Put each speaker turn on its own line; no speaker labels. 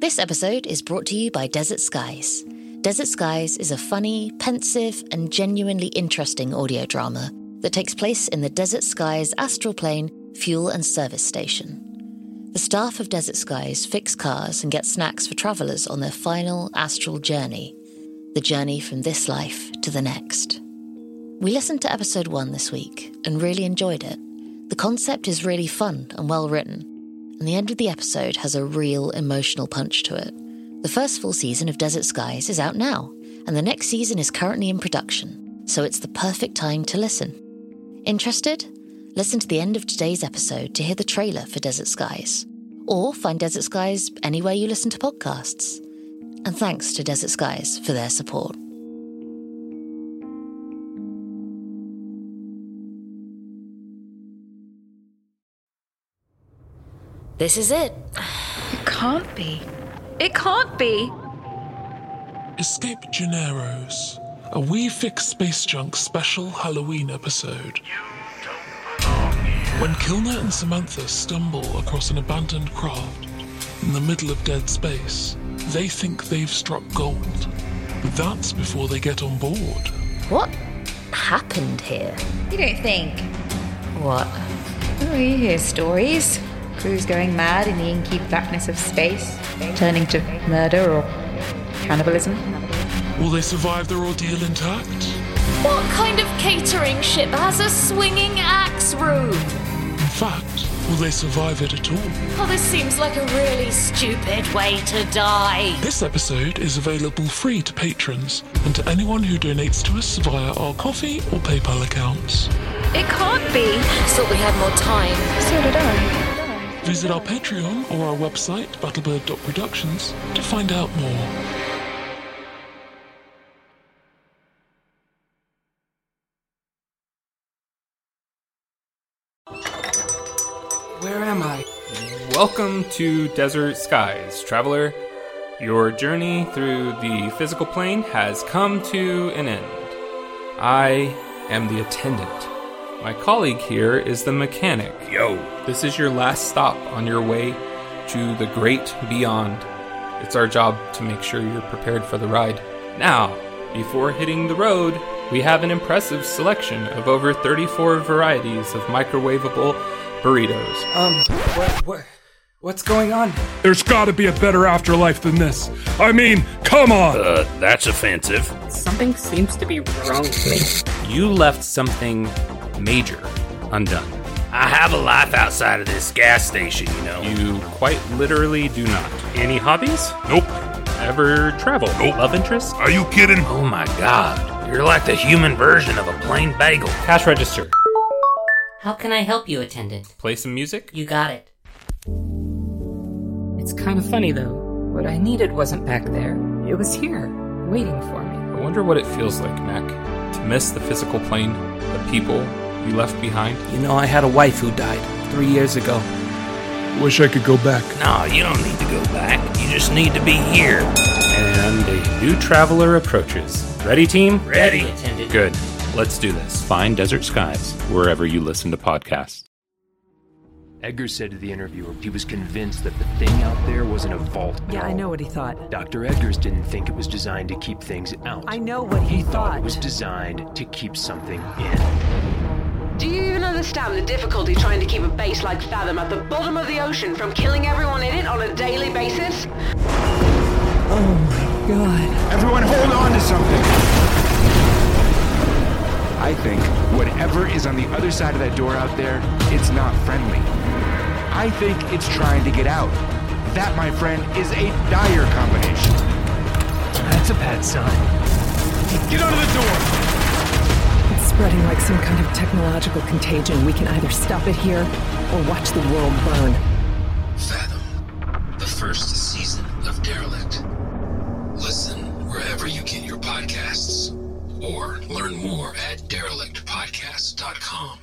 This episode is brought to you by Desert Skies. Desert Skies is a funny, pensive, and genuinely interesting audio drama that takes place in the Desert Skies astral plane fuel and service station. The staff of Desert Skies fix cars and get snacks for travelers on their final astral journey, the journey from this life to the next. We listened to episode one this week and really enjoyed it. The concept is really fun and well written, and the end of the episode has a real emotional punch to it. The first full season of Desert Skies is out now, and the next season is currently in production, so it's the perfect time to listen. Interested? Listen to the end of today's episode to hear the trailer for Desert Skies, or find Desert Skies anywhere you listen to podcasts. And thanks to Desert Skies for their support. This is it.
It can't be. It can't be.
Escape Generos, a We Fix Space Junk special Halloween episode. When Kilner and Samantha stumble across an abandoned craft in the middle of dead space, they think they've struck gold. But that's before they get on board.
What happened here?
You don't think?
What?
Oh, you hear stories. Crews going mad in the inky blackness of space, turning to murder or cannibalism.
Will they survive their ordeal intact?
What kind of catering ship has a swinging axe room?
In fact, will they survive it at all?
Oh, this seems like a really stupid way to die.
This episode is available free to patrons and to anyone who donates to us via our coffee or PayPal accounts.
It can't be.
Thought we had more time.
So did I.
Visit our Patreon or our website, battlebird.productions, to find out more.
Where am I? Welcome to Desert Skies, traveler. Your journey through the physical plane has come to an end. I am the attendant. My colleague here is the mechanic. Yo. This is your last stop on your way to the great beyond. It's our job to make sure you're prepared for the ride. Now, before hitting the road, we have an impressive selection of over 34 varieties of microwavable burritos.
Um, what, what, what's going on?
There's gotta be a better afterlife than this. I mean, come on!
Uh, that's offensive.
Something seems to be wrong with me.
You left something major undone.
I have a life outside of this gas station, you know.
You quite literally do not. Any hobbies?
nope.
Ever travel?
Nope.
Love interest?
Are you kidding? Oh my god. You're like the human version of a plain bagel.
Cash register.
How can I help you, attendant?
Play some music?
You got it.
It's kind of funny though. What I needed wasn't back there. It was here, waiting for me.
I wonder what it feels like, Mac, to miss the physical plane, the people you left behind.
You know, I had a wife who died three years ago.
Wish I could go back.
No, you don't need to go back. You just need to be here.
And a new traveler approaches. Ready, team?
Ready?
Attendant.
Good. Let's do this. Find Desert Skies wherever you listen to podcasts.
Edgar said to the interviewer he was convinced that the thing out there wasn't a vault. at
Yeah, I
all.
know what he thought.
Dr. Edgars didn't think it was designed to keep things out.
I know what he,
He thought it was designed to keep something in.
Do you even understand the difficulty trying to keep a base like Fathom at the bottom of the ocean from killing everyone in it on a daily basis? Oh my god.
Everyone hold on to something! I think whatever is on the other side of that door out there, it's not friendly. I think it's trying to get out. That, my friend, is a dire combination. That's a bad sign. Get out of the door!
It's spreading like some kind of technological contagion. We can either stop it here or watch the world burn.
Fathom, the first season of Derelict. Listen wherever you get your podcasts, or learn more at derelictpodcast.com.